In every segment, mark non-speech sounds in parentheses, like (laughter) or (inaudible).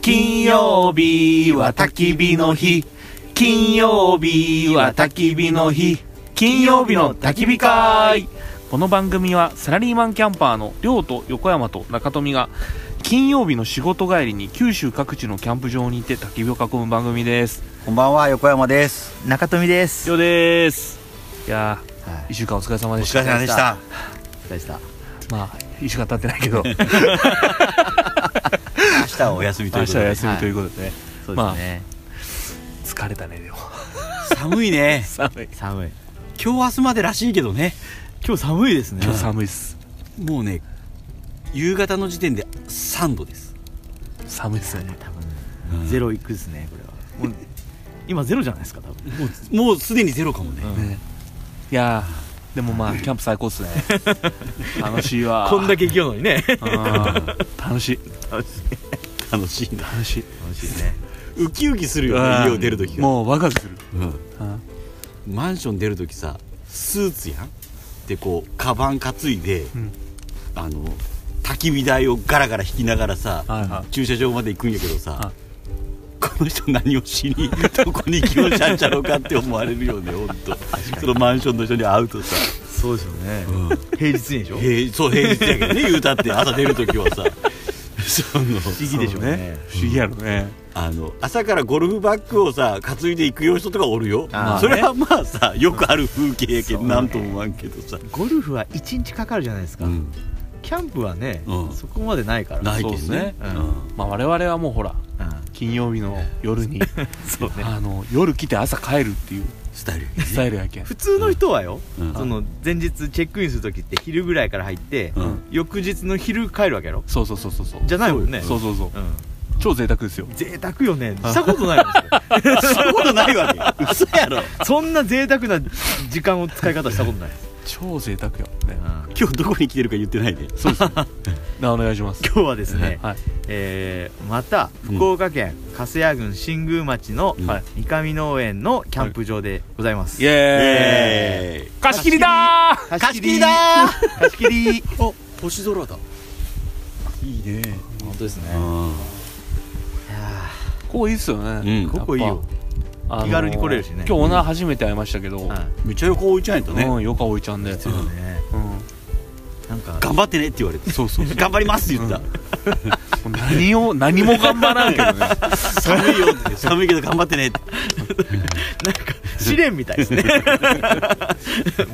金曜日は焚き火の日金曜日は焚き火の日金曜日の焚き火会この番組はサラリーマンキャンパーの亮と横山と中富が金曜日の仕事帰りに九州各地のキャンプ場に行って焚き火を囲む番組ですこんばんは、横山です。中富です。亮ですいやー、はい1週間お疲れ様でおし疲たれ様でした。お疲れでした。まあ1週間経ってないけ (laughs) ど明日はお休みと明いう日ことはで。休みというはことでね、いそうですね。疲れたねでも寒いね寒い寒い。今日明日までらしいけどね今日寒いですね今日寒いっすもうね夕方の時点で3度です寒いっすね多う分んゼロいくですね、これは。もう今ゼロじゃないですか、 (laughs) 多分。もうすでにゼロかもね、ねいやーでもまあキャンプ最高っすね (laughs) 楽しいわだけ行くのにねうん楽しい楽し楽しい楽しいいなね。ウキウキするようんね家を出る時が、もうワクワクするうんうんマンション出る時さスーツやんでこうカバン担いで、んあの焚き火台をガラガラ引きながらさ、はいはい駐車場まで行くんやけどさ、はいこの人何をし (laughs) にどこに行きましたんちゃろうかって思われるよね本当そのマンションの人に会うとさそうですよね。平日にでしょ不平そう平日やけどね言うたって朝出る時はさその思議でしょうね。不思議やろねあの朝からゴルフバッグをさ担いで行くよう人とかおるよ、あーそれはまあさよくある風景やけど、なんとも思わんけどさ、ゴルフは一日かかるじゃないですか。うんキャンプはねう、んそこまでないから。ないけそうどっすねねううんんまあ我々はもうほらうん金曜日の夜にそうねあの夜来て朝帰るっていうスタイルやスタイルやけん普通の人はよ、うんその前日チェックインする時って昼ぐらいから入って、うん翌日の昼帰るわけやろそうそうそうそうそうじゃないもんねそうそうそううん超贅沢ですよ贅沢よねしたことない (laughs) もんそれねそんなことないわけ嘘やろそんな贅沢な時間を使い方したことないです、超贅沢やねうん今日どこに来てるか言ってないでそうですねなお願いします今日はですね、はいえーまた福岡県粕谷郡新宮町のうんはい三上農園のキャンプ場でございます、イエーイええ貸し切りだー貸し切りだ貸し切り (laughs) あ星空だいいね本当ですねここいいっすよね、うんここいいよやっぱ気軽に来れるしねあのー今日オーナー初めて会いましたけど、はいめっちゃ横置いちゃないとね、うんよかおいちゃんで、そうだねうなんか頑張ってねって言われてん、そうそうそ頑張りますって言った、う何を何も頑張らんけどね寒いよって寒いけど頑張ってねって試練みたいですね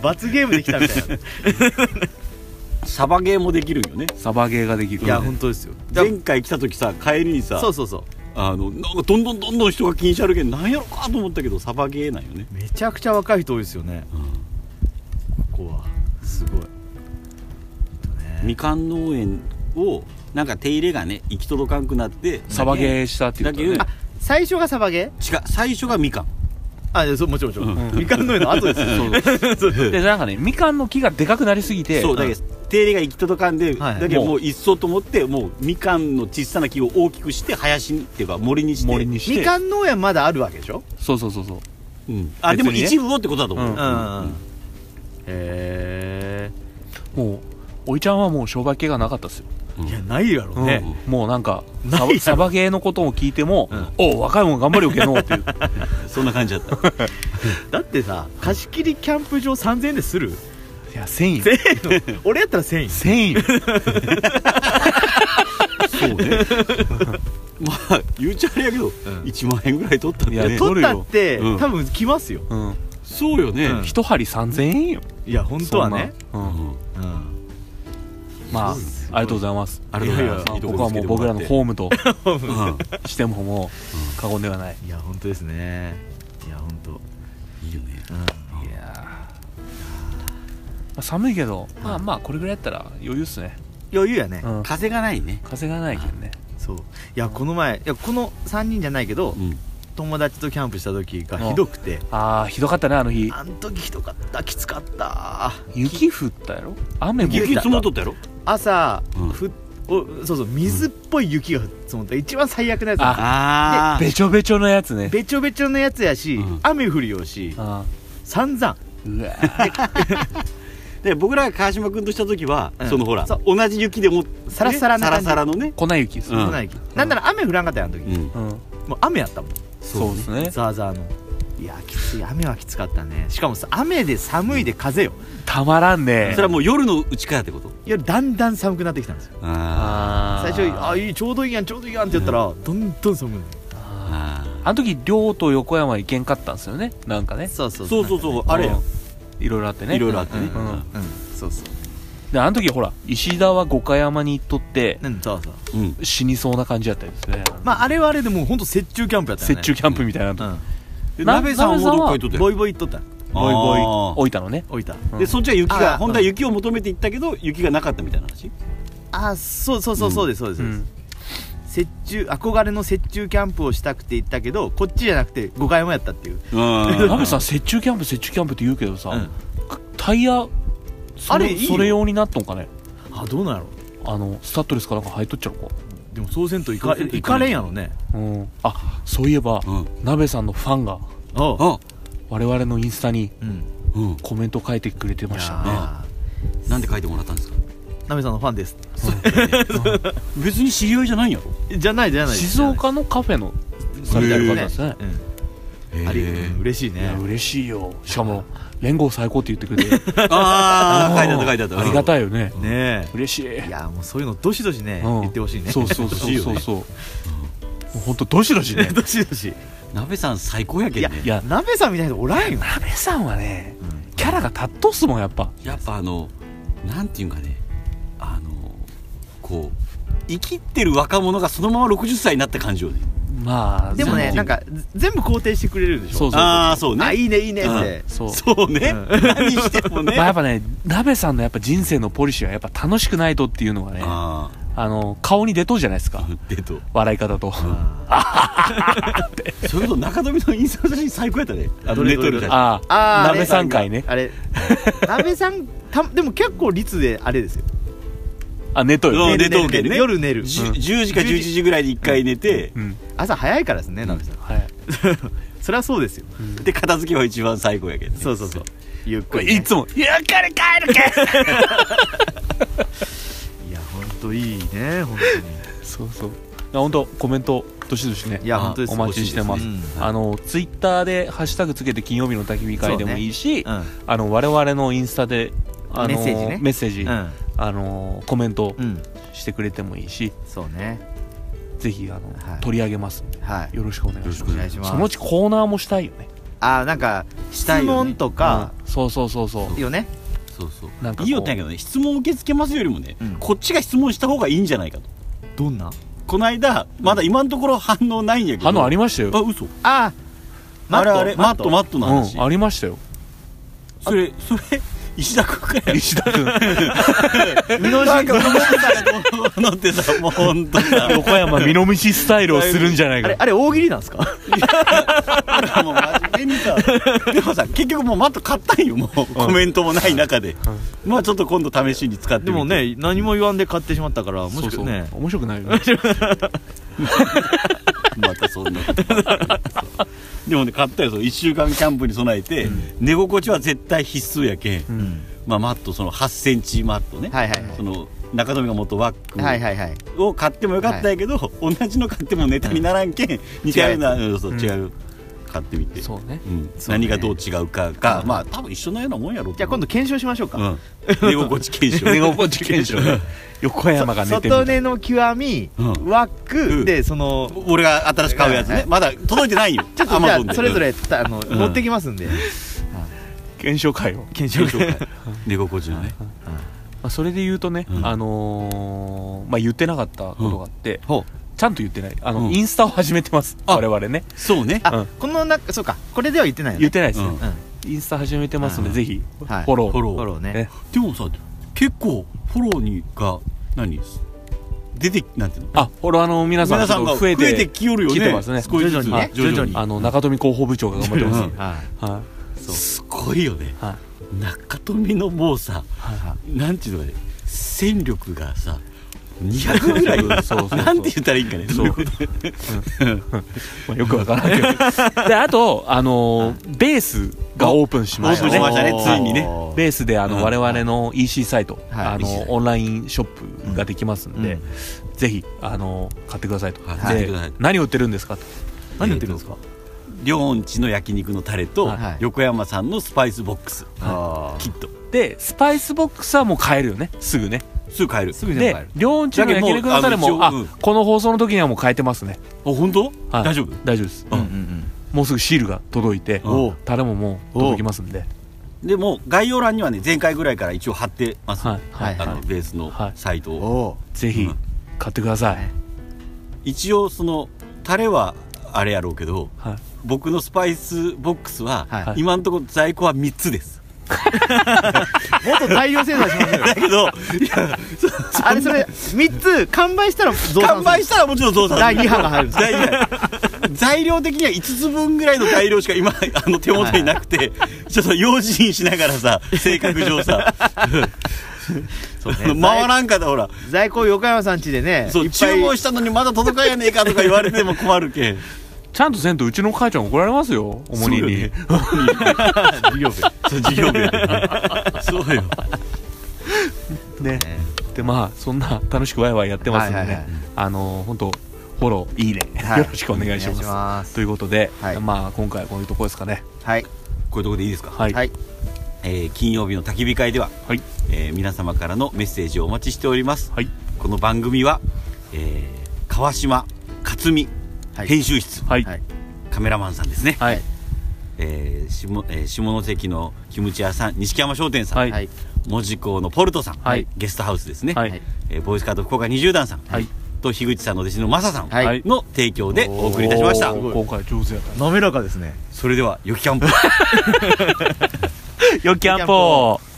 罰ゲームできたみたいなサバゲーもできるんよねサバゲーができるいや本当ですよ前回来た時さ帰りにさそうそうそうあのなんかどんどんどんどん人が気にしゃるけんなんやろかと思ったけどサバゲーなんよね、めちゃくちゃ若い人多いですよねここはすごいみかん農園をなんか手入れがね行き届かんくなってサバゲーしたっていうだことけど、ねあ最初がサバゲー違う最初がみかんあいやそうもちろんもちろん、みかん農園の後ですよ (laughs) そうそうでなんかねみかんの木がでかくなりすぎてそうだけど手入れが行き届かんで、はいだけどもうもう一層と思ってもうみかんの小さな木を大きくして林っていうか森にして森にしてみかん農園まだあるわけでしょそうそうそうそううんあでも別にね一部をってことだと思う、うんへえもうおいちゃんはもう商売系がなかったっすよ、うんいやないやろね、うんもうなんかないサやろバサバゲーのことを聞いても、おう若いもん頑張るよけのうっていうそんな感じだ (laughs) っただってさ貸し切りキャンプ場3000円でするいや1000円1000円俺やったら1000円1000円そうね (laughs) まあ言うちゃあれやけど、1万円ぐらい取ったんいやだね取取ったって、うん多分来ますようんそうよね、うん一針3000円よいや本当はねそんなうんうんうんまああそうですよりがとうございますありがとうございますまあいいとこ僕はもう僕らのホームとうんしてももう過言ではないいや本当ですねいや本当いいよねうんいやまあ寒いけどまあまあこれぐらいやったら余裕っすね余裕やね、うん風がないね風がないけどねそういやこの前いやこの3人じゃないけど、うん友達とキャンプした時がひどくてああひどかったねあの日あん時ひどかったきつかった雪降ったやろ雨も雪雪積もっとったやろ朝、うんふおそうそう水っぽい雪が積もった一番最悪なやつなんですよあべちょべちょのやつねべちょべちょのやつやし、うん雨降るよしあ散々ーうわで僕らが川島君とした時は、うんそのほらそう同じ雪でもサラサラなサラ感じサラのね、粉雪ですね、うん粉雪なんなら雨降らんかったやんあの時、うん、うん、もう雨やったもんそうですねザーザーのいやきつい雨はきつかったねしかもさ雨で寒いで風よたまらんねそれはもう夜のうちからってこと夜だんだん寒くなってきたんですよああ最ー初「あいいちょうどいいやんちょうどいいやん」って言ったら、どんどん寒くなるーああの時寮と横山行けんかったんですよねなんかねそうそーそうそうそうあれやいろいろあってねいろいろあってね、うんうんうんそうそうであの時ほら石田は五箇山に行っとってうんそうそううん死にそうな感じだったですねまああれはあれでもうほんと雪中キャンプやったよね雪中キャンプみたいなのうんでな鍋さんは鍋さんはどっか行っとったよボイボイ行っとったボイボイあー置いたのね置いたうんでそっちは雪あがー本当は雪を求めて行ったけど雪がなかったみたいな話あーそうそうそうそうですそうですそううです、ん雪中憧れの雪中キャンプをしたくて行ったけどこっちじゃなくて5回もやったっていうう鍋さん雪中キャンプ雪中キャンプって言うけどさ、うんタイヤそあれいいよそれ用になっとんかねあどうなんやろあのスタッドレスかなんか入っとっちゃうかでもそうせんといそうかせんといいかかれんれんやろねうんあそういえば、うん鍋さんのファンがああ我々のインスタにうんうんコメント書いてくれてましたねあなんて書いてもらったんですかーナメさんのファンです (laughs) 別に知り合いじゃないんやろじゃないじゃない静岡のカフェのされてる方ですねうんへーあり嬉しいいやね嬉しいよしかも連合最高って言ってくれてああ書いてうあったん書いてあったありがたいよねね嬉しいえいやもうそういうのどしどしねうん言ってほしいねそうそう欲そしいうよそねうそうもうほんとどしどしね (laughs) どしどし鍋さん最高やけいやどねいやナメさんみたいな人おらんよ鍋さんはねキャラがたっとっすもんやっぱやっぱあのなんていうんかねあのこう生きってる若者がそのまま60歳になった感じよねまあでもね全然なんか全部肯定してくれるでしょそうそうああそうあねいいねいいねってそうそうね、う何してもね、まあやっぱね鍋さんのやっぱ人生のポリシーはやっぱ楽しくないとっていうのがねああの顔に出とうじゃないですかあでと笑い方とあそういうこと中富のインスタの写真最高やったねあのどれレどトれルだあああ鍋さん会ねあれ鍋さんたでも結構率であれですよあ寝とようんね寝とうけどね寝る夜寝るじうん10時か11時ぐらいに1回寝て、うん朝早いからですね鍋さんはいそれはそうですよで片付けは一番最高やけど、ね、そうそうそうゆっこくれりねいつも「ゆっくり帰るけ!」いや本当いいね本当に (laughs) そうそう。本当コメントどしどしね。いや本当ですお待ちしてます。欲しいですねあのツイッターでハッシュタグつけて金曜日の焚き火会でもいいし、うんあの我々のインスタで。あのメッセージねメッセージ、うんあのコメントうんしてくれてもいいし、そうねぜひあの、はい取り上げますんではいよろしくお願いしおます願いしますそのうちコーナーもしたいよねあーなんか質たいよね問とかうんそうそうそうそうよねそうそうなんかこういいよってんやけどね質問受け付けますよりもね、うんこっちが質問した方がいいんじゃないかとどんなこの間まだ今のところ反応ないんやけど反応ありまましたあよ嘘あーあれあれマットマットの話、うんありましたよそれそれ石田君から石田君 (laughs) (laughs) 見逃し乗ってたもう本当にさ横山美濃飯スタイルをするんじゃないあれかあれ大喜利なんですかもう真面目にさ (laughs) でもさ結局もうマット買ったんよもうコメントもない中で、まあちょっと今度試しに使ってみて (laughs) でもね何も言わんで買ってしまったからもしそうかそうね面白くないよねまたそんなことでもね買ったよその1週間キャンプに備えて、寝心地は絶対必須やけん、うんまあ、マットその8センチマットね、はいはいはいその中富が元ワック、はいはいはいを買ってもよかったんやけど、同じの買ってもネタにならんけん、似たようなうんそううん違う、買ってみてそうねうんそうね何がどう違うかが、まあ多分一緒のようなもんやろうとじゃあ今度検証しましょうかうん、寝心地検証寝心地検証ね横山 (laughs) が寝てみ外た根の極みうんワッうんクでその俺が新しく買うやつはいねまだ届いてないよ (laughs) ちょっとじゃ Amazon あでそれぞれたあのん持ってきますんで検証会を検検証証会会寝心地のねまあ、それで言うとね、うんあのーまあ、言ってなかったことがあって、ほちゃんと言ってないあの、うんインスタを始めてますあ我々ねうそうねうあんこの中そうかこれでは言ってないよ言っねてないですね、うんインスタ始めてますんで、うんぜひフはいォロー、フォロフォローねねでもさ結構フォローにが何出てなんていうのあフォロワーの皆さん皆さんがちょっと増えてきよるよね来てますね少しずつ徐々にね徐々徐々ににあの中富広報部長が頑張ってます、うんはいはいすごいよねはい中富のもうさはいは (laughs) いなんていうのかね戦力がさ200ぐらいそうそうなんて言ったらいいんかねそうどういうことまあよくわからんけ (laughs) どであと、あのーベースがオープンしオましープたンしまねしたねおつーいにねベースであの、うん我々の EC サイト、はいあ EC サイのトオンラインショップができますんで、うんぜひあの買ってくださいと、はいで買ってください何売ってるんですかと何言ってるんですか両音地の焼肉のタレと、はい横山さんのスパイスボックス、あきっとでスパイスボックスはもう買えるよねすぐねすぐ買えるすぐじゃで両音中の焼肉のタレもだあけどもうあの一応うんこの放送の時にはもう買えてますね、あ本当、はい大丈夫大丈夫ですうんうんもうすぐシールが届いておうタレももう届きますんででも概要欄にはね前回ぐらいから一応貼ってます、はいはいあはのベースのはいサイトうんを、おぜひうん買ってください、一応そのタレはあれやろうけどはい、僕のスパイスボックスは、はい今のところ在庫は3つですもっと大量生産しましょうよだけどいや (laughs) あれそれ3つ完売したら増産完売したらもちろん増産第2波が入るんです第二波材料的には5つ分ぐらいの材料しか今あの手元になくてちょっと用心しながらさ性格上さ回らんかったほら在庫横山さん家でねそういっぱ注い文したのにまだ届かんやねえかとか言われても困るけんちゃんとせんとうちの母ちゃん怒られますよおもにに、事業部そう事業部やねそうよねでまあそんな楽しくワイワイやってますんでね、はいはいはいあの本当フォローいいね、はいよろしくお願いしますお願いしますということで、はいまあ今回はこういうとこですかねはいこういうとこでいいですか、はい、はいえー金曜日の焚き火会では、はいえー皆様からのメッセージをお待ちしておりますはいこの番組は、えー川島克美はい編集室、はいはいカメラマンさんですね、はいえー下えー下関のキムチ屋さん錦山商店さん、はいはい門司港のポルトさん、はいゲストハウスですね、はいはいえーボーイスカート福岡20段さん、はいと樋口さんの弟子のマサさんはいはいの提供でお送りいたしましたおー今回上手やっ (laughs) 滑らかですねそれではよきキャンプたよっきゃんぽー